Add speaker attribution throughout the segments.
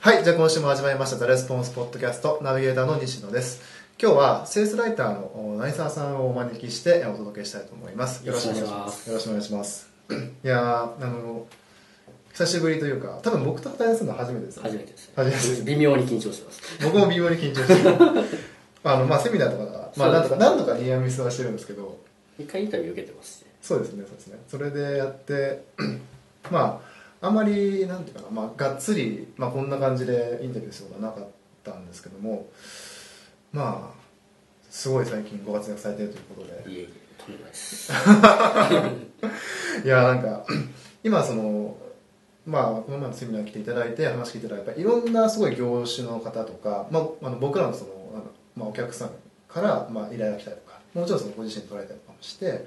Speaker 1: はい、じゃあ今週も始まりました、ザ・レスポンス・ポッドキャスト、ナビゲーターの西野です。今日は、セールスライターの成沢さんをお招きしてお届けしたいと思います。
Speaker 2: よろしくお願いします
Speaker 1: よろしくお願いします。いやー、あの、久しぶりというか、多分僕と対談するのは初めてですよね
Speaker 2: 初めてです、ね、
Speaker 1: 初めてです
Speaker 2: 微妙に緊張してます
Speaker 1: 僕も微妙に緊張してる あの、まあ、セミナーとかだから、まあ、なんと
Speaker 2: そ
Speaker 1: か、
Speaker 2: うです
Speaker 1: なんとかニアミスはしてるんですけど、
Speaker 2: 一回インタビュー受けてますし
Speaker 1: そうですねそうですねそれでやって まああんまりなんていうかな、まあ、がっつり、まあ、こんな感じでインタビューすることはなかったんですけどもまあすごい最近ご活躍されてるということで
Speaker 2: いえいえとんでもないです
Speaker 1: いやなんか 今そのまあこの前のセミナー来ていただいて話聞いていただいたいろんなすごい業種の方とか、まあ、あの僕らのそのあの、まあ、お客さんからまあ依頼が来たりとかもちろんそのご自身で取られたりとかもして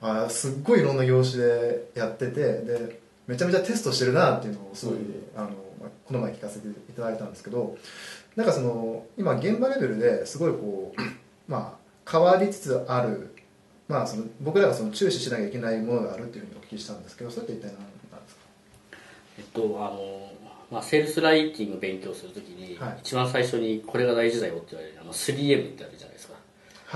Speaker 1: あーすっごいいろんな業種でやっててでめちゃめちゃテストしてるなっていうのをすごい、
Speaker 2: うん
Speaker 1: あのまあこの前聞かせていただいたんですけどなんかその今現場レベルですごいこう まあ変わりつつあるまあ、その僕らがその注視しなきゃいけないものがあるっていうふうにお聞きしたんですけどそれって一体何なんですか
Speaker 2: えっとあの、まあ、セールスライティング勉強するときに、
Speaker 1: はい
Speaker 2: 一番最初にこれが大事だよって言われるのは 3M ってあるじゃないですか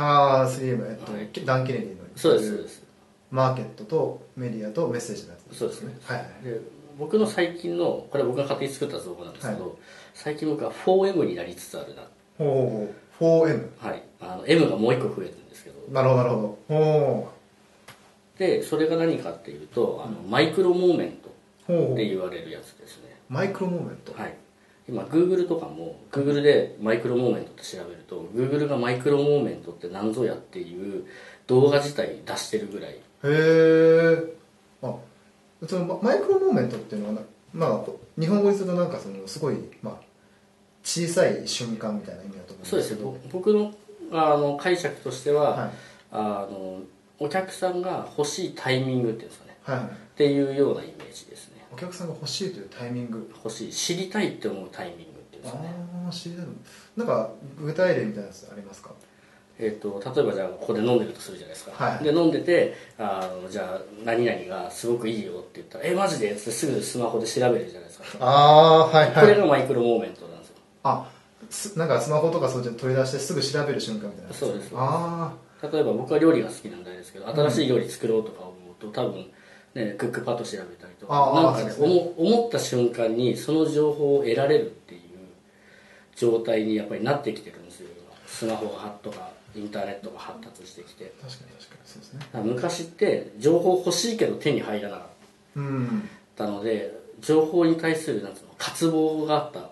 Speaker 1: はあ 3M、えっと
Speaker 2: はい
Speaker 1: ダン・ケネディの
Speaker 2: そうですそうです
Speaker 1: マーケットとメディアとメッセージのやつ
Speaker 2: そうですね
Speaker 1: はい
Speaker 2: で僕の最近のこれは僕が勝手に作った造語なんですけど、
Speaker 1: は
Speaker 2: 最近僕は 4M になりつつあるな
Speaker 1: ほうほうほう 4M
Speaker 2: はいあの M がもう一個増えてるんですけど
Speaker 1: なるほどなるほどほ
Speaker 2: でそれが何かっていうとあのマイクロモーメント
Speaker 1: うほうほ
Speaker 2: って
Speaker 1: う
Speaker 2: 言われるやつですね
Speaker 1: マイクロモーメント、
Speaker 2: はい、今 Google とかも Google でマイクロモーメントって調べると Google がマイクロモーメントって何ぞやっていう動画自体出してるぐらい
Speaker 1: へえあそのまマイクロモーメントっていうのはなまあ日本語にするとなんかそのすごい、まあ、小さい瞬間みたいな意味だと思うん
Speaker 2: そう
Speaker 1: で
Speaker 2: ですす
Speaker 1: け
Speaker 2: ね
Speaker 1: ど
Speaker 2: ぼ僕のあの解釈としては、
Speaker 1: はい
Speaker 2: あのお客さんが欲しいタイミングっていうんですかね
Speaker 1: はいはい
Speaker 2: っていうようなイメージですね
Speaker 1: お客さんが欲しいというタイミング
Speaker 2: 欲しい知りたいって思うタイミングっていうんですかね
Speaker 1: ああ知りたいのなんか具体例みたいなやつありますか
Speaker 2: えー、と例えばじゃあここで飲んでるとするじゃないですか、
Speaker 1: はい
Speaker 2: で飲んでてあのじゃあ何々がすごくいいよって言ったら「えマジで?」っつってすぐスマホで調べるじゃないですか
Speaker 1: ああーはい
Speaker 2: これ
Speaker 1: い
Speaker 2: がマイクロモーメントなんですよ
Speaker 1: あすなんかスマホとかそうじゃ取り出してすぐ調べる瞬間みたいなやつ
Speaker 2: そうです
Speaker 1: あ
Speaker 2: 例えば僕は料理が好きなんであれですけど新しい料理作ろうとか思うと多分ねクックパッド調べたりとか
Speaker 1: あー
Speaker 2: なんかね
Speaker 1: そうですね
Speaker 2: 思思った瞬間にその情報を得られるっていう状態にやっぱりなってきてるんですよ今スマホがはとかインターネットが発達してきて
Speaker 1: あ確かに確かにそうですね
Speaker 2: だから昔って情報欲しいけど手に入らなかっ
Speaker 1: うん
Speaker 2: たので情報に対するなんつうの渇望があったんで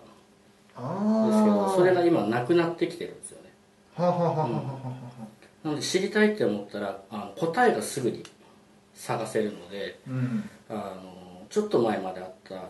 Speaker 1: あ
Speaker 2: すけど
Speaker 1: あ
Speaker 2: それが今なくなってきてるんですよね
Speaker 1: はあはあはあはあはあはあ
Speaker 2: なので知りたいって思ったらあの答えがすぐに探せるので
Speaker 1: うん
Speaker 2: あのちょっと前まであったその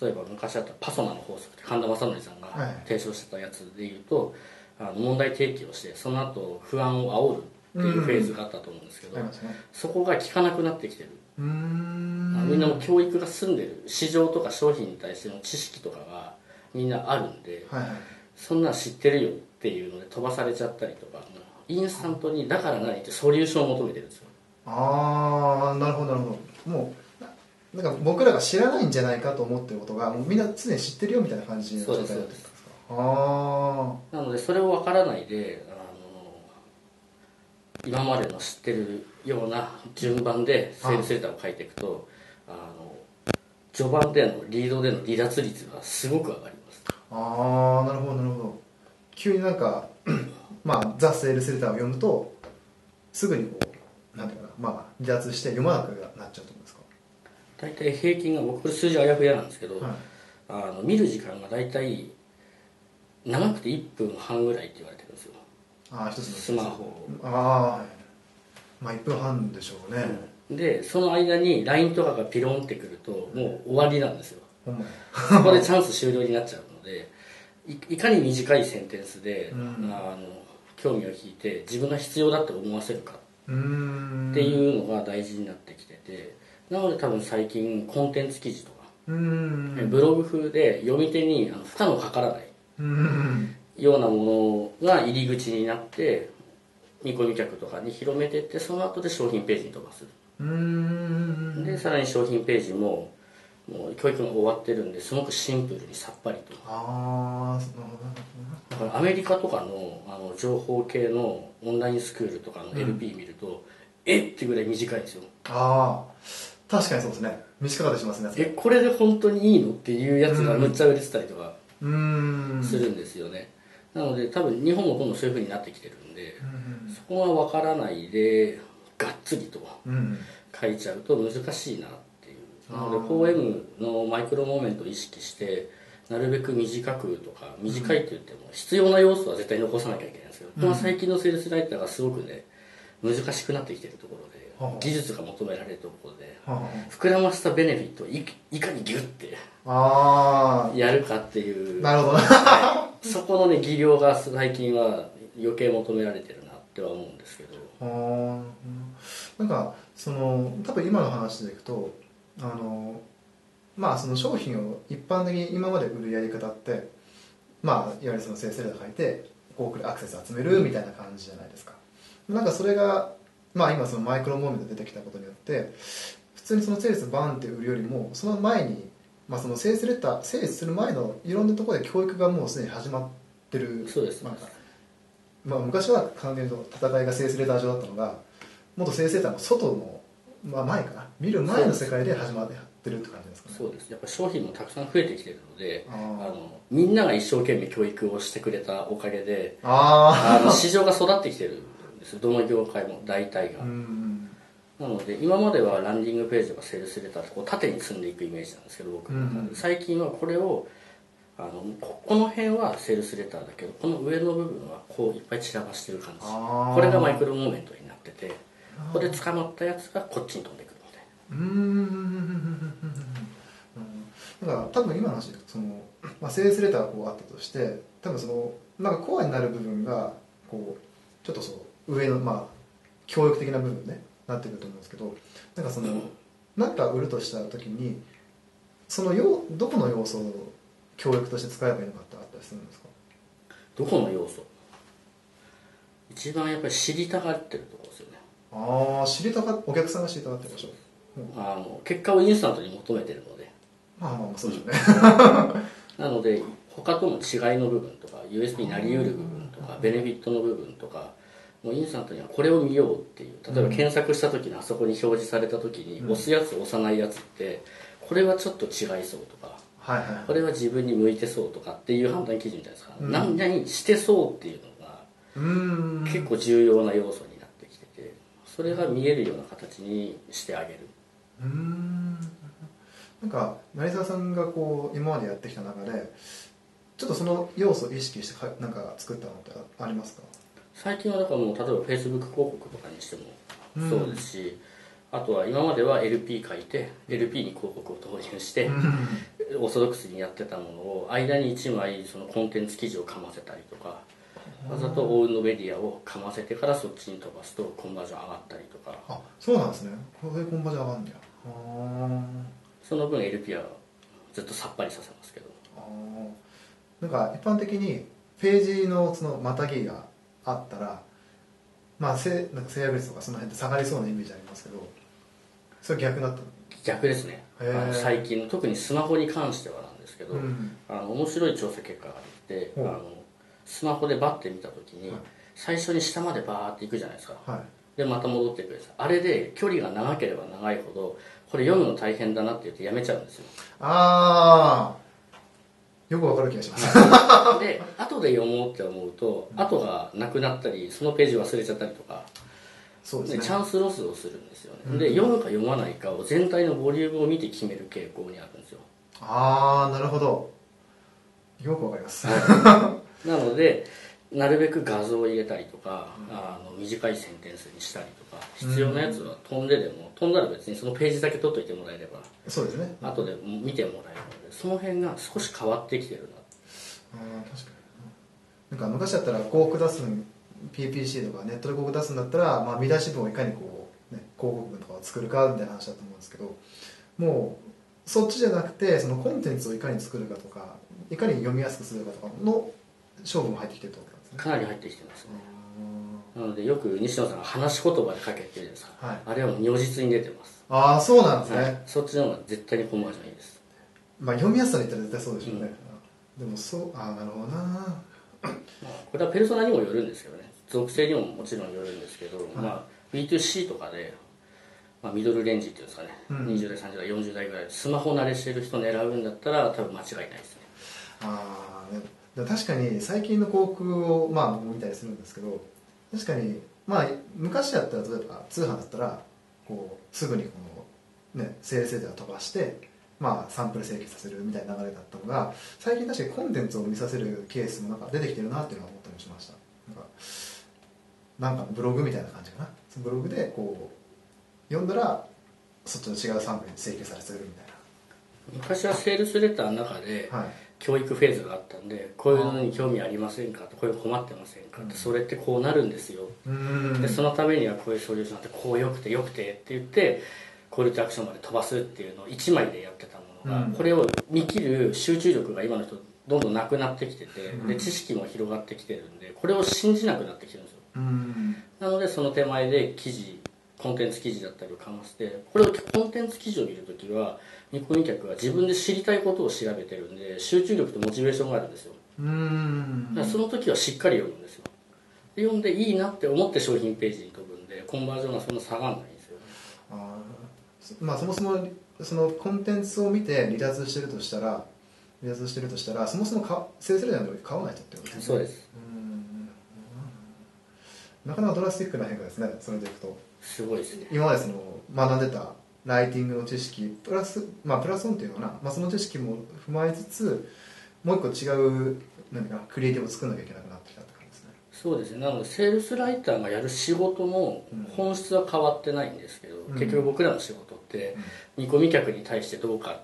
Speaker 2: 例えば昔あったパソナの法則って神田正則さんが
Speaker 1: はい
Speaker 2: 提唱してたやつで言うと、あの問題提起をしてその後不安を煽るっていうフェーズがあったと思うんですけど、
Speaker 1: ありますね
Speaker 2: そこが効かなくなってきてる、
Speaker 1: うーん
Speaker 2: みんなもう教育が済んでる市場とか商品に対しての知識とかがみんなあるんで、
Speaker 1: はいはい
Speaker 2: そんなん知ってるよっていうので飛ばされちゃったりとかインスタントにだから何ってソリューションを求めてるんですよ
Speaker 1: ああなるほどなるほどもうななんか僕らが知らないんじゃないかと思ってることがもうみんな常に知ってるよみたいな感じの状態だったんですかああ
Speaker 2: なのでそれを分からないであの今までの知ってるような順番でセールスレターを書いていくとあの序盤でのリードでの離脱率がすごく上がります
Speaker 1: ああなるほどなるほど急になんか まあザ・セールスレターを読むとすぐにこうなんていうかなまあ離脱して読まなくなっちゃうと思うんですか
Speaker 2: 大体平均が僕これ数字あやふやなんですけど、
Speaker 1: はい
Speaker 2: あの見る時間が大体長くて1分半ぐらいって言われてるんですよ
Speaker 1: ああ一つの
Speaker 2: スマホを
Speaker 1: ああはいまあ1分半でしょうね、
Speaker 2: でその間に LINE とかがピロンってくるともう終わりな んですよ
Speaker 1: ほんまに
Speaker 2: そこでチャンス終了になっちゃうのでいいかに短いセンテンスで、
Speaker 1: うん
Speaker 2: あの興味を引いて自分が必要だって思わせるか
Speaker 1: うーん
Speaker 2: って
Speaker 1: う
Speaker 2: いうのが大事になってきててなので多分最近コンテンツ記事とか、
Speaker 1: ーん
Speaker 2: ブログ風で読み手にあの負荷のかからないう
Speaker 1: ーん
Speaker 2: ようなものが入り口になって見込み客とかに広めてってその後で商品ページに飛ばす
Speaker 1: うーん
Speaker 2: でさらに商品ページももう教育が終わってるんですごくシンプルにさっぱりと
Speaker 1: ああなるほどなる
Speaker 2: だからアメリカとかのあの情報系のオンラインスクールとかの LP 見ると、えってぐらい短いんですよ
Speaker 1: ほどなああ確かにそうですね短かったりしますね
Speaker 2: えこれで本当にいいのっていうやつがむっちゃ売れてたりとか
Speaker 1: うーん
Speaker 2: するんですよね、なので多分日本も今度そういう風になってきてるんで、そこは分からないでがっつりと
Speaker 1: うんうん
Speaker 2: 書いちゃうと難しいなっていうなので
Speaker 1: あー
Speaker 2: 4M のマイクロモーメントを意識してなるべく短くとか短いって言っても必要な要素は絶対残さなきゃいけないんですけど、これは最近のセールスライターがすごくね難しくなってきてるとこ
Speaker 1: はあは
Speaker 2: ろ
Speaker 1: あ
Speaker 2: で技術が求められるところで
Speaker 1: は
Speaker 2: 膨らませたベネフィットをいいかにギュッて
Speaker 1: あはああ
Speaker 2: やるかってい
Speaker 1: ー
Speaker 2: う
Speaker 1: なるほどな
Speaker 2: そこのね技量が最近は余計求められてるなっては思うんですけど
Speaker 1: あーなんかその多分今の話でいくとあのまあその商品を一般的に今まで売るやり方ってまあいわゆるその生成量書いてこうアクセス集めるみたいな感じじゃないですかなんかそれがまあ今そのマイクロモーメントで出てきたことによって普通にそのセールスバンって売るよりもその前にまあそのセールスレターセールスする前のいろんなところで教育がもうすでに始まってる
Speaker 2: そうです
Speaker 1: なんかまあ、昔は完全に戦いが生成レーター上だったのが元生成レーターの外の、まあ、前かな見る前の世界で始まってやってるって感じですかね
Speaker 2: そうですやっぱ商品もたくさん増えてきてるので
Speaker 1: あ
Speaker 2: あ
Speaker 1: ー
Speaker 2: のみんなが一生懸命教育をしてくれたおかげで
Speaker 1: あ
Speaker 2: あの市場が育ってきてるんですよどの業界も大体
Speaker 1: あ
Speaker 2: が、
Speaker 1: うん
Speaker 2: なので今まではランディングページとかセールスレターってこう縦に積んでいくイメージなんですけど僕の中で
Speaker 1: うんうん
Speaker 2: 最近はこれをあのここの辺はセールスレターだけどこの上の部分はこういっぱい散らばしてる感じ
Speaker 1: あー
Speaker 2: これがマイクロモーメントになってて
Speaker 1: あー
Speaker 2: ここで捕まったやつがこっちに飛んでくるみたいな
Speaker 1: うーんだから多分今の話でその、まあ、セールスレターがこうあったとして多分そのなんかコアになる部分がこうちょっとそう上のまあ教育的な部分ねなってくると思うんですけどなんかそのなんか売るとした時にそのようどこの要素を教育として使えばいいのかってあったりするんですか
Speaker 2: どこの要素一番やっぱり知りたがってるところですよね
Speaker 1: ああ知りたがお客さんが知りたがってる場所
Speaker 2: あの結果をインスタントに求めてるので
Speaker 1: まあまあまあそうでしょうね
Speaker 2: なので他との違いの部分とか USB になりうる部分とかベネフィットの部分とかもうインスタントにはこれを見ようっていう例えば検索した時のあそこに表示された時に押すやつ押さないやつってこれはちょっと違いそうとか
Speaker 1: はいはい
Speaker 2: これは自分に向いてそうとかっていう判断基準じゃないですか、何々してそうっていうのが
Speaker 1: うーん
Speaker 2: 結構重要な要素になってきててそれが見えるような形にしてあげる
Speaker 1: うーんなんか成沢さんがこう今までやってきた中でちょっとその要素を意識してかなんか作ったのってありますか
Speaker 2: 最近はだからもう例えば Facebook 広告とかにしても
Speaker 1: うん
Speaker 2: そうですし、あとは今までは LP 書いて LP に広告を投入して、オーソドックスにやってたものを間に1枚そのコンテンツ記事をかませたりとかわざとオウンのメディアをかませてからそっちに飛ばすとコンバージョン上がったりとか
Speaker 1: あそうなんですねこれでコンバージョン上がるんだよあ
Speaker 2: その分 LP はずっとさっぱりさせますけど
Speaker 1: ーあーなんか一般的にページのそのまたぎがあったらまあせなんか制約率とかその辺で下がりそうなイメージありますけどそれ逆だったの
Speaker 2: 逆ですねあ
Speaker 1: へー
Speaker 2: の最近特にスマホに関してはなんですけど、
Speaker 1: うん
Speaker 2: あの面白い調査結果が出て、
Speaker 1: ほう
Speaker 2: あのスマホでバッて見た時に、
Speaker 1: はい
Speaker 2: 最初に下までバーっていくじゃないですか、
Speaker 1: はい
Speaker 2: でまた戻ってくるんですあれで距離が長ければ長いほどこれ読むの大変だなって言ってやめちゃうんです よ
Speaker 1: ああよくわかる気がします
Speaker 2: で後で読もうって思うと後がなくなったりそのページ忘れちゃったりとか
Speaker 1: そうです
Speaker 2: で
Speaker 1: ね
Speaker 2: チャンスロスをするんですよね、で読むか読まないかを全体のボリュームを見て決める傾向にあるんですよ
Speaker 1: ああなるほどよくわかります
Speaker 2: なのでなるべく画像を入れたりとか、あの短いセンテンスにしたりとか必要なやつは飛んででも、飛んだら別にそのページだけ取っといてもらえれば
Speaker 1: そうですね
Speaker 2: 後で見てもらえるのでその辺が少し変わってきてる
Speaker 1: ああ確かになんか昔だったら広告出すん PPC とかネットで広告出すんだったら、まあ、見出し文をいかにこう、ね、広告文とかを作るかみたいな話だと思うんですけどもうそっちじゃなくてそのコンテンツをいかに作るかとかいかに読みやすくするかとかの勝負も入ってきてるってことなんです
Speaker 2: な
Speaker 1: ね
Speaker 2: かなり入ってきてますねなのでよく西野さんが話し言葉で書けって言うんですか、
Speaker 1: はい
Speaker 2: あれはもう如実に出てます、
Speaker 1: ああそうなんですね、
Speaker 2: はいそっちの方が絶対にコンバージョンいいです
Speaker 1: まあ、読みやすさで言ったら絶対そうでしょうね、でもそうああなるほどな
Speaker 2: まあこれはペルソナにもよるんですけどね属性にももちろんよるんですけど、まあ、B2C とかで、まあ、ミドルレンジっていうんですかね、20代30代40代ぐらいスマホ慣れしてる人狙うんだったら多分間違いないですね
Speaker 1: ああねだから確かに最近の航空をまあ僕も見たりするんですけど確かにまあ昔だったら例えば通販だったらこうすぐにこのね整理整頓を飛ばしてまあサンプル請求させるみたいな流れだったのが最近確かにコンテンツを見させるケースもなんか出てきてるなっていうのは思ったりもしましたなんかなんかブログみたいな感じかなそのブログでこう読んだらそっちの違うサンプルに請求されてるみた
Speaker 2: 昔はセールスレターの中で
Speaker 1: いなはい
Speaker 2: 教育フェーズがあったんでこういうのに興味ありませんかとこういうの困ってませんかってそれってこうなるんですよ
Speaker 1: うーん
Speaker 2: でそのためにはこういうソリューションあってこうよくてよくてって言ってコールとアクションまで飛ばすっていうのを1枚でやってたものが、
Speaker 1: うん
Speaker 2: これを見切る集中力が今の人どんどんなくなってきててで知識も広がってきてるんでこれを信じなくなってきてるんですよ
Speaker 1: うーん
Speaker 2: なのでその手前で記事コンテンツ記事だったりをかましてこれをコンテンツ記事を見るときは日本客は自分で知りたいことを調べてるんで集中力とモチベーションがあるんですよ
Speaker 1: うーん
Speaker 2: だからその時はしっかり読むんですよで読んでいいなって思って商品ページに飛ぶんでコンバージョンがそんな下がらないんですよ
Speaker 1: あーまあそもそもそのコンテンツを見て離脱してるとしたら離脱してるとしたらそもそもか生成量の買わない人ってこと
Speaker 2: そう
Speaker 1: で
Speaker 2: です
Speaker 1: うーんなかなかドラスティックな変化ですねそれでいくと
Speaker 2: すごいですね
Speaker 1: 今までその学んでたライティングの知識プラスまあプラスオンっていうのかな、まあ、その知識も踏まえつつもう一個違う何かなクリエイティブを作んなきゃいけなくなってきたって感じですね
Speaker 2: そうですねなのでセールスライターがやる仕事も
Speaker 1: うん
Speaker 2: 本質は変わってないんですけど、
Speaker 1: ん
Speaker 2: 結局僕らの仕事って見込み客に対してどうかって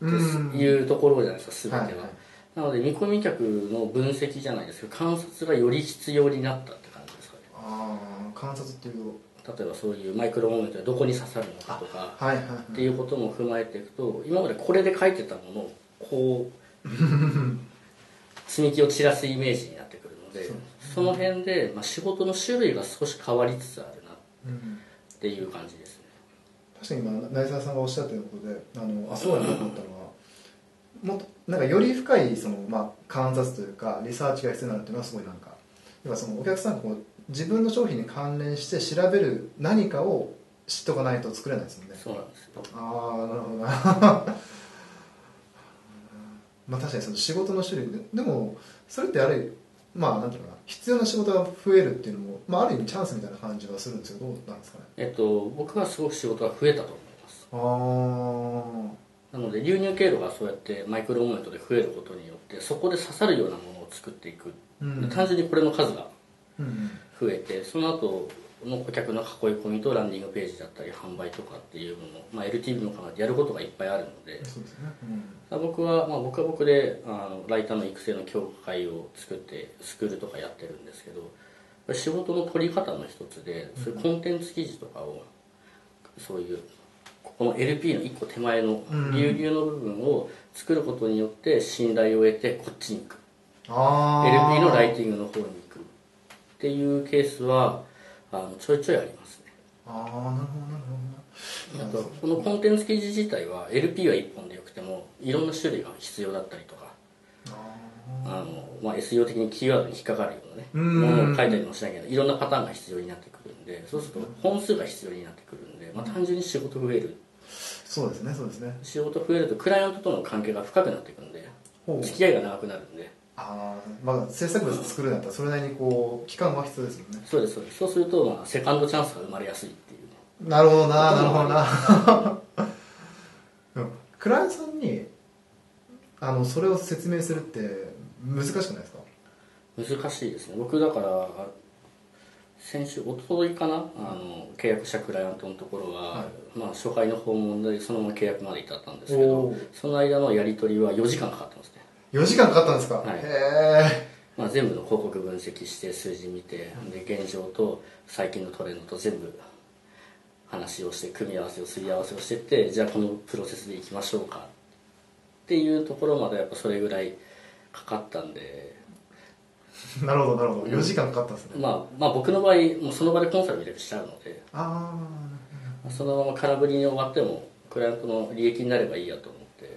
Speaker 1: うん
Speaker 2: いうところじゃないですか全ては、
Speaker 1: はいはい
Speaker 2: なので見込み客の分析じゃないですけど観察がより必要になったって感じですかね
Speaker 1: ああ観察っていう
Speaker 2: 例えばそういうマイクロモーメントがどこに刺さるのかとか
Speaker 1: はいはい、
Speaker 2: っ
Speaker 1: は
Speaker 2: て
Speaker 1: い、
Speaker 2: いうことも踏まえていくと今までこれで書いてたものをこ う積み木を散らすイメージになってくるのでその辺で、まあ、仕事の種類が少し変わりつつあるなっ
Speaker 1: うん
Speaker 2: ていう感じですね
Speaker 1: 確かに今内澤さんがおっしゃってることであのあそうだなと思ったのはもっとなんかより深いその、まあ、観察というかリサーチが必要になるっていうのはすごいなんか要はそのお客さんがこう自分の商品に関連して調べる何かを知っとかないと作れないですもんね
Speaker 2: そうなんですよ
Speaker 1: ああなるほどなまあ確かにその仕事の種類ででもそれってあるまあなんていうのかな必要な仕事が増えるっていうのも、まあ、ある意味チャンスみたいな感じはするんですけどどうなんですかね
Speaker 2: えっと僕はすごく仕事が増えたと思います
Speaker 1: ああ
Speaker 2: なので流入経路がそうやってマイクロモーメントで増えることによってそこで刺さるようなものを作っていく、
Speaker 1: うん
Speaker 2: 単純にこれの数が
Speaker 1: うん
Speaker 2: 増えてその後の顧客の囲い込みとランディングページだったり販売とかっていうのも、まあ、LTV も考えてやることがいっぱいあるので
Speaker 1: そうですね、うん
Speaker 2: 僕は、まあ、僕は僕であのライターの育成の協会を作ってスクールとかやってるんですけど仕事の取り方の一つでそういうコンテンツ記事とかをそういうここの LP の一個手前の
Speaker 1: うん
Speaker 2: 流入の部分を作ることによって信頼を得てこっちに行く
Speaker 1: あ
Speaker 2: LP のライティングの方に行くっていうケースはあのちょいちょいありますね
Speaker 1: ああなるほどなる
Speaker 2: あとこのコンテンツ記事自体は LP は1本でよくてもいろんな種類が必要だったりとか
Speaker 1: ほどあ
Speaker 2: あの、まあ、SEO 的にキーワードに引っかかるようなね
Speaker 1: うん
Speaker 2: ものを書いたりもしないけどいろんなパターンが必要になってくるんでそうすると本数が必要になってくるんで、まあ、単純に仕事増える
Speaker 1: ーそうですねそうですね
Speaker 2: 仕事増えるとクライアントとの関係が深くなってくるんで
Speaker 1: ほう
Speaker 2: 付き合いが長くなるんで
Speaker 1: ああまあ制作物作るんだったらそれなりにこう期間は必要ですもんね
Speaker 2: そうですそうですそうすると、まあ、セカンドチャンスが生まれやすいっていうね
Speaker 1: なるほどななるほどな うんクライアントさんにあのそれを説明するって難しくないですか
Speaker 2: 難しいですね僕だから先週おとといかなあの契約したクライアントのところは、
Speaker 1: は
Speaker 2: まあ、初回の訪問でそのまま契約まで至ったんですけど
Speaker 1: おー
Speaker 2: その間のやり取りは4時間かかってますね、
Speaker 1: 4時間かかったんですか、
Speaker 2: はい
Speaker 1: へ
Speaker 2: まあ、全部の広告分析して数字見てで現状と最近のトレンドと全部話をして組み合わせをすり合わせをしてってじゃあこのプロセスでいきましょうかっていうところまでやっぱそれぐらいかかったんで
Speaker 1: え なるほどなるほど4時間かかったんですね、
Speaker 2: まあ、まあ僕の場合もうその場でコンサル入れてしちゃうので
Speaker 1: あ
Speaker 2: そのまま空振りに終わってもクライアントの利益になればいいやと思って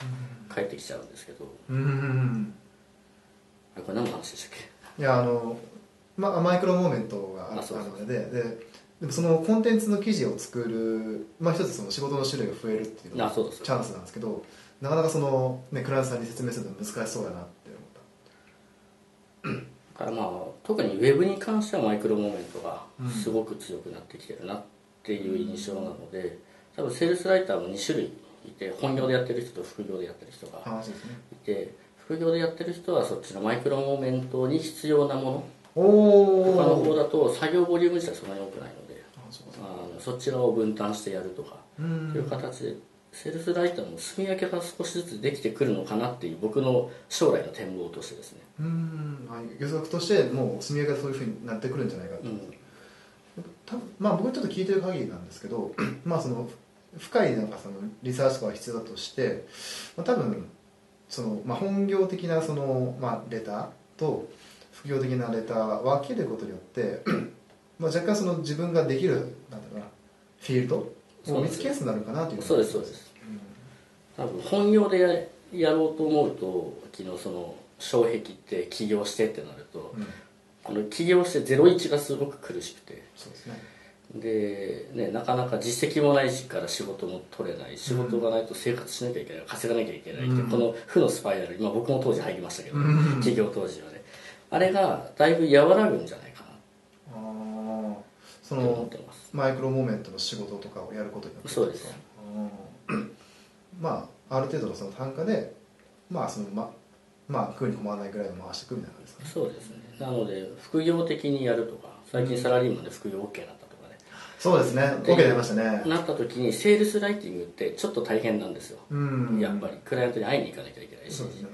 Speaker 1: あ
Speaker 2: 返ってきちゃうんですけど
Speaker 1: うん
Speaker 2: あこれ何の話でしたっけ
Speaker 1: いやあの、ま、マイクロモーメントがあ
Speaker 2: あそうそう
Speaker 1: るのでででもそのコンテンツの記事を作る、まあ、一つその仕事の種類が増えるっていうの
Speaker 2: あ
Speaker 1: がチ
Speaker 2: そうです
Speaker 1: ャンスなんですけどなかなかその、ね、クライアントさんに説明するのは難しそうだなって思った
Speaker 2: だからまあ特にウェブに関してはマイクロモーメントがすごく強くなってきてるなっていう印象なので、多分セールスライターも2種類いて本業でやってる人と副業でやってる人が
Speaker 1: 話ですね
Speaker 2: いて副業でやってる人はそっちのマイクロモーメントに必要なも
Speaker 1: お
Speaker 2: の他の方
Speaker 1: お
Speaker 2: だと作業ボリューム自体そんなに多くないので
Speaker 1: あそうか
Speaker 2: あのそちらを分担してやるとか
Speaker 1: う
Speaker 2: というん形でセールスライターの住み分けが少しずつできてくるのかなっていう僕の将来の展望としてですね、
Speaker 1: うんあ予測としてもう積み上げがそういうふうになってくるんじゃないかと
Speaker 2: うん、
Speaker 1: 多分まあ僕ちょっと聞いてる限りなんですけど まあその深いなんかそのリサーチとかが必要だとして、まあ、多分その、まあ、本業的なその、まあ、レターと副業的なレターを分けることによって まあ若干その自分ができるなんだろうなフィールドを見つけやすくなるかなという
Speaker 2: そうですそうです多分本業でややろうと思うと昨日その障壁って起業してってなると
Speaker 1: うん、うん
Speaker 2: あの起業して01がすごく苦しくて
Speaker 1: そうですね
Speaker 2: で、ね、なかなか実績もないしから仕事も取れない仕事がないと生活しなきゃいけない稼がなきゃいけないって、
Speaker 1: うん
Speaker 2: この負のスパイラル今僕も当時入りましたけど、
Speaker 1: うん
Speaker 2: 起業当時はねあれがだいぶ和らぐんじゃないか
Speaker 1: ああそ
Speaker 2: なと思っ
Speaker 1: の
Speaker 2: てます
Speaker 1: マイクロモーメントの仕事とかをやることによって
Speaker 2: そうです
Speaker 1: うんまあある程度のその単価でまあそのままあ食うに困らないぐらいを回していくみたいな感じですかね
Speaker 2: そうですねなので副業的にやるとか最近サラリーマンで副業 OK だったとかね
Speaker 1: そうですね OK 出ましたね
Speaker 2: なった時にセールスライティングってちょっと大変なんですよ、
Speaker 1: うん
Speaker 2: やっぱりクライアントに会いに行かなきゃいけないし、
Speaker 1: そうですね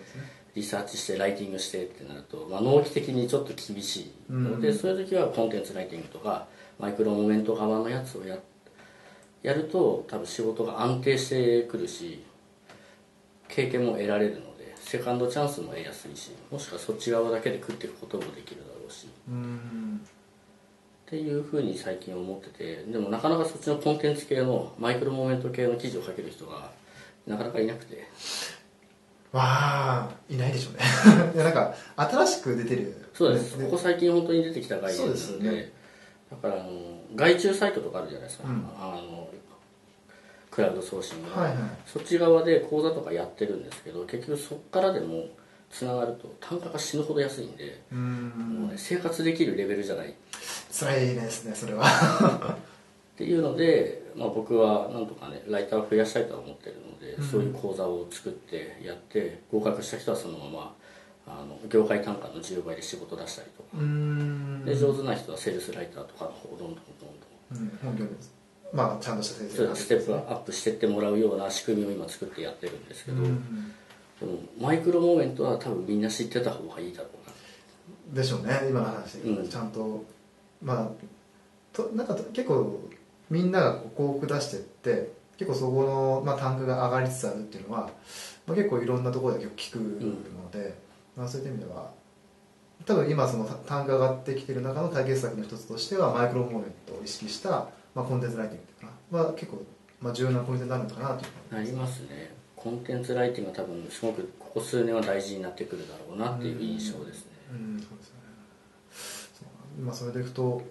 Speaker 2: リサーチしてライティングしてってなると、まあ、納期的にちょっと厳しいので、
Speaker 1: うん
Speaker 2: そういう時はコンテンツライティングとかマイクロモメント側のやつをややると多分仕事が安定してくるし経験も得られるのでセカンドチャンスも得やすいしもしくはそっち側だけで食っていくこともできるだろうし
Speaker 1: うん
Speaker 2: っていうふうに最近思っててでもなかなかそっちのコンテンツ系のマイクロモメント系の記事を書ける人がなかなかいなくて
Speaker 1: わあいないでしょうね いやなんか新しく出てる
Speaker 2: そうです、
Speaker 1: ね
Speaker 2: ここ最近本当に出てきた概念なので
Speaker 1: そうですよね
Speaker 2: だからあの外注サイトとかあるじゃないですか、
Speaker 1: うん
Speaker 2: あのクラウドソーシングの、
Speaker 1: はいはい
Speaker 2: そっち側で講座とかやってるんですけど結局そこからでもつながると単価が死ぬほど安いんで、
Speaker 1: う
Speaker 2: もうんね、生活できるレベルじゃないっ
Speaker 1: 辛いですねそれは
Speaker 2: ていうので、まあ、僕はなんとかねライターを増やしたいとは思ってるので、
Speaker 1: うん
Speaker 2: そういう講座を作ってやって合格した人はそのままあの業界単価の10倍で仕事出したりとか。
Speaker 1: うん
Speaker 2: で上手な人はセールスライターとかの方をどんどんどんど
Speaker 1: うん本業ですまあちゃんとした先生
Speaker 2: んそういうステップアップしてってもらうような仕組みを今作ってやってるんですけ
Speaker 1: う
Speaker 2: ど、
Speaker 1: ん
Speaker 2: でもマイクロモーメントは多分みんな知ってた方がいいだろうな
Speaker 1: でしょうね今の話、
Speaker 2: うん
Speaker 1: ちゃんとまあとなんかと結構みんながこう広告出してって結構そこの、まあ、単価が上がりつつあるっていうのは、まあ、結構いろんなところで結構聞くので、まあ、そういった意味では多分今その単価が上がってきてる中の解決策の一つとしてはマイクロモーメントを意識した、まあ、コンテンツライティングとかな、まあ、結構、まあ、重要なポイントになるのかなという
Speaker 2: なりますねコンテンツライティングは多分すごくここ数年は大事になってくるだろうなっていう印象ですね、
Speaker 1: うんそうですねそうまあそれでいくと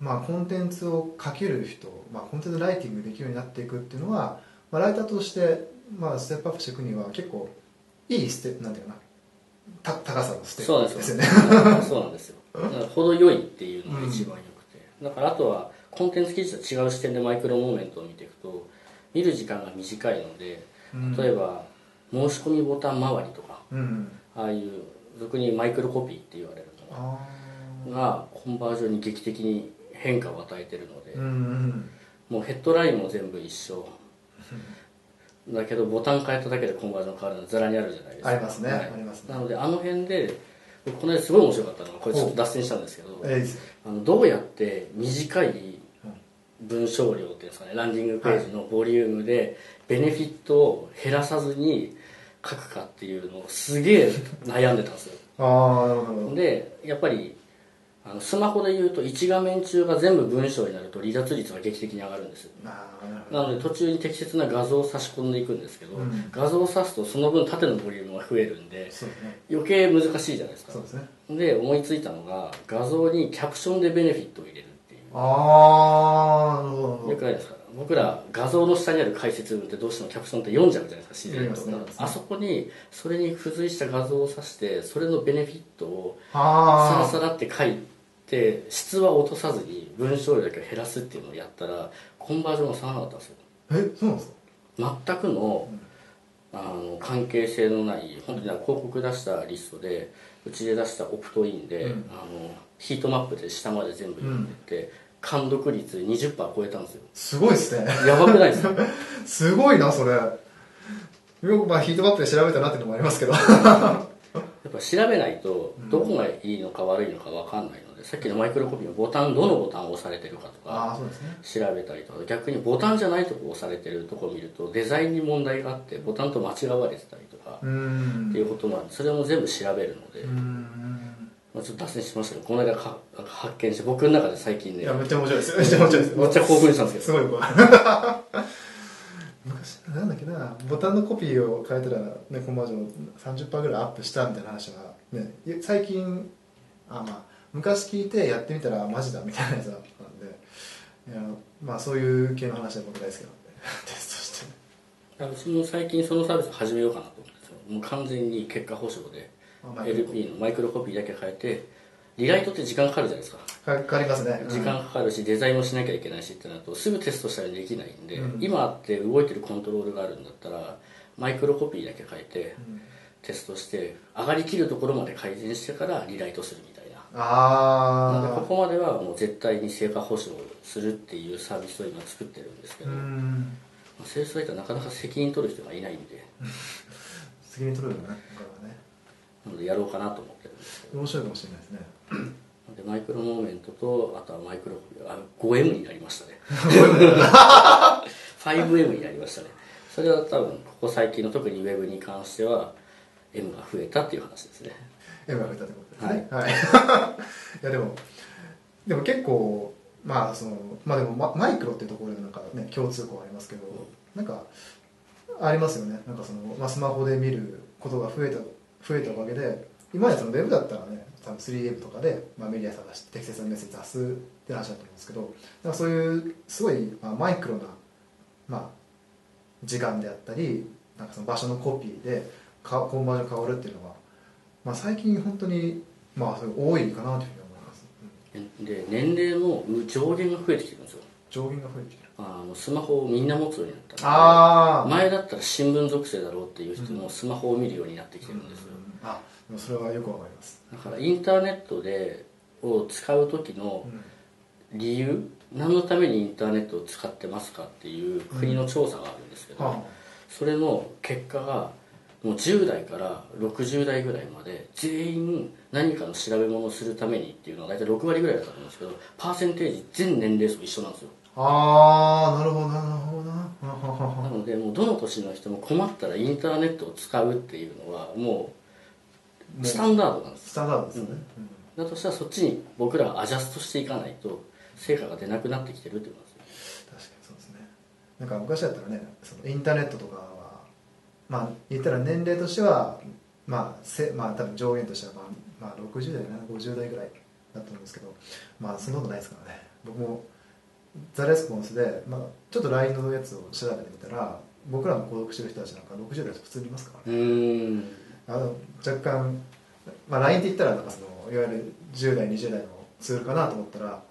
Speaker 1: まあコンテンツをかける人、まあ、コンテンツライティングできるようになっていくっていうのは、まあ、ライターとして、まあ、ステップアップしていくには結構いいステップなんていうかなた高さのステ
Speaker 2: そう
Speaker 1: ッ
Speaker 2: で
Speaker 1: プ
Speaker 2: す
Speaker 1: ですよね
Speaker 2: そうな んですよだから程よいっていうのが一番よくて、だからあとはコンテンツ記事と違う視点でマイクロモーメントを見ていくと見る時間が短いので
Speaker 1: うん
Speaker 2: 例えば申し込みボタン周りとか
Speaker 1: うん
Speaker 2: ああいう俗にマイクロコピーって言われる
Speaker 1: ああ
Speaker 2: のがコンバージョンに劇的に変化を与えてるので、
Speaker 1: うんうん
Speaker 2: もうヘッドラインも全部一緒だけどボタン変えただけでコンバージョン変わるのザラにあるじゃないですか
Speaker 1: ありますね
Speaker 2: はい
Speaker 1: ありますね
Speaker 2: なのであの辺で僕この間すごい面白かったのがこれちょっと脱線したんですけど
Speaker 1: ええいいです
Speaker 2: あのどうやって短い文章量っていうんですかねランディングページのボリュームでベネフィットを減らさずに書くかっていうのをすげえ悩んでたんですよ
Speaker 1: ああなるほどなるほど
Speaker 2: でやっぱりあのスマホで言うと1画面中が全部文章になると離脱率が劇的に上がるんです
Speaker 1: ああなるほど
Speaker 2: なので途中に適切な画像を差し込んでいくんですけど、
Speaker 1: うん
Speaker 2: 画像を差すとその分縦のボリュームが増えるんで
Speaker 1: そうですね
Speaker 2: 余計難しいじゃないですか
Speaker 1: そうですね
Speaker 2: で思いついたのが画像にキャプションでベネフィットを入れるっていう
Speaker 1: ああなるほどな
Speaker 2: よ
Speaker 1: る
Speaker 2: くないですか僕ら画像の下にある解説文ってどうしてもキャプションって読んじゃうじゃないですか自然と、
Speaker 1: 読みますね
Speaker 2: あそこにそれに付随した画像を指してそれのベネフィットを
Speaker 1: ほど
Speaker 2: さら
Speaker 1: あ
Speaker 2: さらって書いて質は落とさずに文章量だけを減らすっていうのをやったらコンバージョンが下がらなかったんですよ
Speaker 1: あえそうなんですか
Speaker 2: 全くのあの関係性のない本当になんか広告出したリストでうちで出したオプトインで、
Speaker 1: うん
Speaker 2: あのヒートマップで下まで全部読んでって、完読率20%超えたんですよ
Speaker 1: すごいですね
Speaker 2: やばくないですか
Speaker 1: すごいなそれよくまあヒートマップで調べたなっていう のもありますけど
Speaker 2: やっぱ調べないとどこがいいのか悪いのか分かんないので、さっきのマイクロコピーのボタンどのボタンを押されてるかとか
Speaker 1: ああそうですね
Speaker 2: 調べたりとか逆にボタンじゃないとこ押されてるとこ見るとデザインに問題があってボタンと間違われてたりとか
Speaker 1: うー
Speaker 2: って
Speaker 1: ん
Speaker 2: いうこともあるそれも全部調べるので
Speaker 1: うー、ん
Speaker 2: まあ、ちょっと脱線しましたけどこの間か発見して僕の中で最近
Speaker 1: い
Speaker 2: ね
Speaker 1: やめっちゃ面白いですめっちゃ面白いです
Speaker 2: めっちゃ興奮したんです
Speaker 1: すごいよくわかる 昔なんだっけなボタンのコピーを変えたら、ね、コンバージョン30%ぐらいアップしたみたいな話が、ね、最近あ、まあ、昔聞いてやってみたらマジだみたいなやつだったんでいや、まあ、そういう系の話は僕大好きなんで テストして
Speaker 2: けどうちも最近そのサービス始めようかなと思ってるんですよもう完全に結果保証で
Speaker 1: あまあ
Speaker 2: LP のマイクロコピーだけ変えてリライトって時間かかるじゃないですか
Speaker 1: かかりますね
Speaker 2: 時間かかるしデザインもしなきゃいけないしってなるとすぐテストしたりできないんで、
Speaker 1: うん
Speaker 2: 今あって動いてるコントロールがあるんだったらマイクロコピーだけ書いて
Speaker 1: うん
Speaker 2: テストして上がりきるところまで改善してからリライトするみたいななので
Speaker 1: あ
Speaker 2: ここまではもう絶対に成果保証するっていうサービスを今作ってるんですけ
Speaker 1: あう
Speaker 2: ど、ま
Speaker 1: ん
Speaker 2: あセールスライターなかなか責任取る人がいないんで
Speaker 1: 責任取れるよねこれはね
Speaker 2: なのでやろうかなと思ってるんですけ
Speaker 1: 面白いかもしれないですね
Speaker 2: どでマイクロモーメントとあとはマイクロコピーあ 5M になりましたね 5M になりましたねそれは多分ここ最近の特にウェブに関しては M が増えたっていう話ですね
Speaker 1: M が増えたってことですね。はい。い、 やでも、でも結構、まあその、まあでもママイクロっていうところでなんかね、共通項ありますけど、なんか、ありますよね。なんかその、まあスマホで見ることが増えた、増えたおかげで、今やそのウェブだったらね、多分 3M とかで、まあ、メディア探して適切なメッセージ出すって話だと思うんですけど、なんかそういうすごい、まあ、マイクロな、まあ、時間であったり、なんかその場所のコピーでかコンバージョン変わるっていうのはまあ、最近本当にまあそれ多いかなというふうに思います、うん
Speaker 2: で年齢も上限が増えてきてるんですよ
Speaker 1: 上限が増えてきてる
Speaker 2: あのスマホをみんな持つようになったので
Speaker 1: あ
Speaker 2: 前だったら新聞属性だろうっていう人もスマホを見るようになってきてるんですよ、
Speaker 1: あでもそれはよくわかります、
Speaker 2: だからインターネットでを使う時の理由何のためにインターネットを使ってますかっていう国の調査があるんですけど、
Speaker 1: は
Speaker 2: それの結果がもう10代から60代ぐらいまで全員何かの調べ物をするためにっていうのが大体6割ぐらいだったと思うんですけどパーセンテージ全年齢層一緒なんですよ
Speaker 1: あ、ああなるほどななるほどなはははは
Speaker 2: なのでもうどの年の人も困ったらインターネットを使うっていうのはもうスタンダードなんです
Speaker 1: スタンダードですよね、うん
Speaker 2: だとしたらそっちに僕らはアジャストしていかないと成果が出なくなってきてるってことなんですよ
Speaker 1: 確かにそうですねなんか昔だったらねそのインターネットとかはまあ言ったら年齢としてはまあせまあ多分上限としてはまあ、まあ、60代かな50代ぐらいだったんですけどまあそんなことないですからね僕もザ・レスポンスで、まあ、ちょっと LINE のやつを調べてみたら僕らの購読してる人たちなんか60代普通にいますからね
Speaker 2: うーん
Speaker 1: あの若干、まあ、LINE って言ったらなんかそのいわゆる10代20代のツールかなと思ったらいや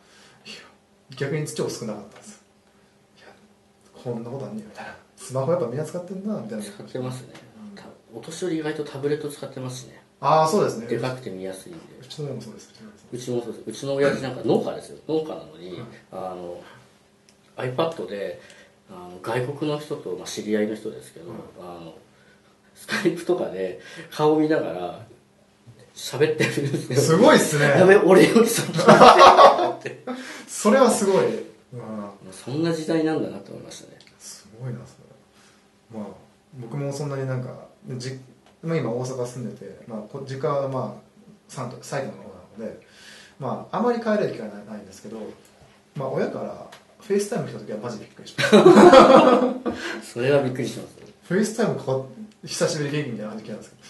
Speaker 1: 逆に超少なかったんですよいやこんなことあんねやみたいなスマホやっぱみんな使ってんなみたいな
Speaker 2: 使ってますねたお年寄り意外とタブレット使ってますしね
Speaker 1: ああそうですね
Speaker 2: でかくて見やすいんで
Speaker 1: うちの親もそうですうちの親もそう
Speaker 2: うちもそうですうちの親父なんか農家ですよ農家なのにあの iPad であの外国の人と、まあ、知り合いの人ですけど、あのスカイプとかで顔見ながら喋ってるんですけ
Speaker 1: ですす
Speaker 2: ど
Speaker 1: ごいっす
Speaker 2: やべ
Speaker 1: ね
Speaker 2: 俺より先に 喋ってるって
Speaker 1: それはすごい、うん、
Speaker 2: そんな時代なんだなと思いましたね
Speaker 1: すごいなそれまあ僕もそんなになんかじ、まあ、今大阪住んでて、まあ、こ実家はまあ三都埼玉の方なのでまああまり帰れる機会はないんですけど、まあ、親からフェイスタイム来た時はマジでびっくりしました
Speaker 2: それはびっくりしますね
Speaker 1: フェイスタイムかかっ久しぶり元気みたいな時なんですけど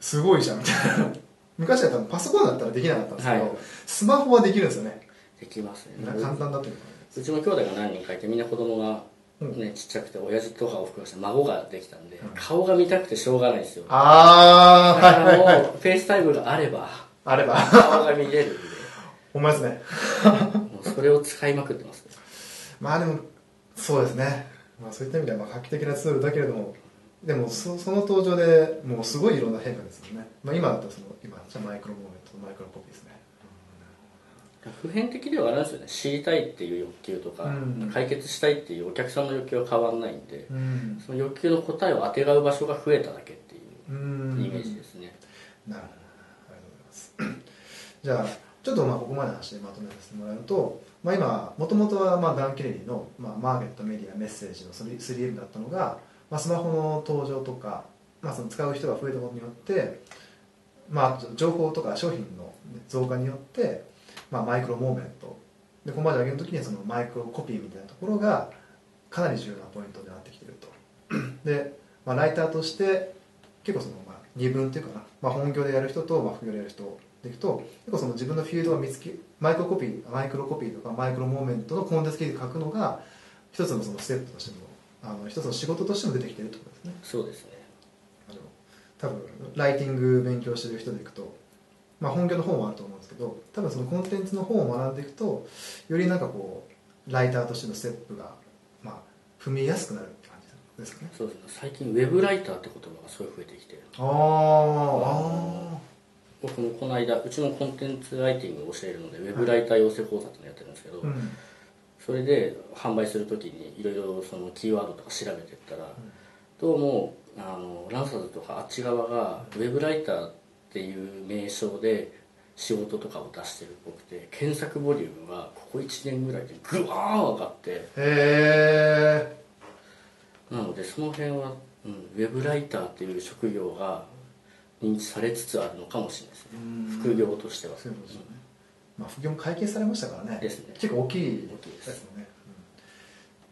Speaker 1: すごいじゃんみたいな昔は多分パソコンだったらできなかったんですけど、
Speaker 2: はい
Speaker 1: スマホはできるんですよね
Speaker 2: できますね
Speaker 1: 簡単だったのかな
Speaker 2: うちも兄弟が何人かいてみんな子供が
Speaker 1: うん
Speaker 2: ね、ちっちゃくて親父とかを含めて孫ができたんで、
Speaker 1: うん
Speaker 2: 顔が見たくてしょうがないんですよだか
Speaker 1: ああ
Speaker 2: ら
Speaker 1: はい
Speaker 2: もう、
Speaker 1: はいはい
Speaker 2: フェイスタイムがあれば
Speaker 1: あれば
Speaker 2: 顔が見れるんで
Speaker 1: お前ですね
Speaker 2: もうそれを使いまくってますね
Speaker 1: まあでもそうですね、まあ、そういった意味ではまあ画期的なツールだけれどもでもそその登場でもうすごいいろんな変化ですよね、まあ、今だとその今じゃあマイクロモーメントマイクロコピーですね
Speaker 2: 普遍的ではあれなんですよね知りたいっていう欲求とか、
Speaker 1: うん
Speaker 2: 解決したいっていうお客さんの欲求は変わんないんで、
Speaker 1: うん
Speaker 2: その欲求の答えをあてがう場所が増えただけっていう
Speaker 1: うん
Speaker 2: イメージですね、
Speaker 1: なるほどありがとうございます じゃあちょっとまあここまでの話でまとめさせてもらうと、まあ、今もともとはまあダン・ケネディの、まあ、マーケットメディアメッセージの 3- 3M だったのが、まあ、スマホの登場とか、まあ、その使う人が増えたことによって、まあ、情報とか商品の増加によって、まあ、マイクロモーメントでここまで上げるときにはそのマイクロコピーみたいなところがかなり重要なポイントになってきているとで、まあ、ライターとして結構そのまあ二分っていうかな、まあ、本業でやる人とまあ副業でやる人でいくと結構その自分のフィールドを見つけマイクロコピーマイクロコピーとかマイクロモーメントのコンテンツ記事を書くのが一つのそのステップとしてもあの一つの仕事としても出てきてるってことですね
Speaker 2: そうですね
Speaker 1: あの多分ライティング勉強してる人でいくと、まあ、本業の方もあると思うんですけど多分そのコンテンツの方を学んでいくとよりなんかこうライターとしてのステップが、まあ、踏みやすくなるって感じですかね
Speaker 2: そうですね最近ウェブライターって言葉がすごい増えてきてる
Speaker 1: あーあ
Speaker 2: 僕もこの間うちのコンテンツライティングを教えるのでウェブライター養成講座っていうのやってるんですけど、
Speaker 1: ーうん
Speaker 2: それで販売するときにいろいろそのキーワードとか調べてったら、どうもあのランサーズとかあっち側がウェブライターっていう名称で仕事とかを出してるっぽくて検索ボリュームがここ1年ぐらいでグワーン上がって
Speaker 1: へ
Speaker 2: なのでその辺は、うん、ウェブライターっていう職業が認知されつつあるのかもしれないです
Speaker 1: え
Speaker 2: ね副業としては
Speaker 1: そういうことですよね、まあ、副業も解禁されましたからね
Speaker 2: ですね
Speaker 1: 結構大きい
Speaker 2: 大きいです
Speaker 1: よね、うん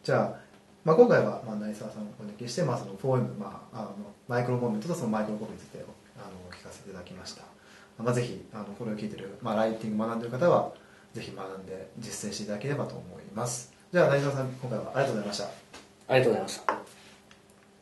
Speaker 1: じゃあ,、まあ今回はまあ成沢さんをお招きして、まあ、その 4M、まあ、あのマイクロモーメントとそのマイクロコピーについてあのお聞かせていただきました、まあ、ぜひあのこれを聞いてる、まあ、ライティング学んでる方はぜひ学んで実践していただければと思いますじゃあ成沢さん今回はありがとうございました
Speaker 2: ありがとうございました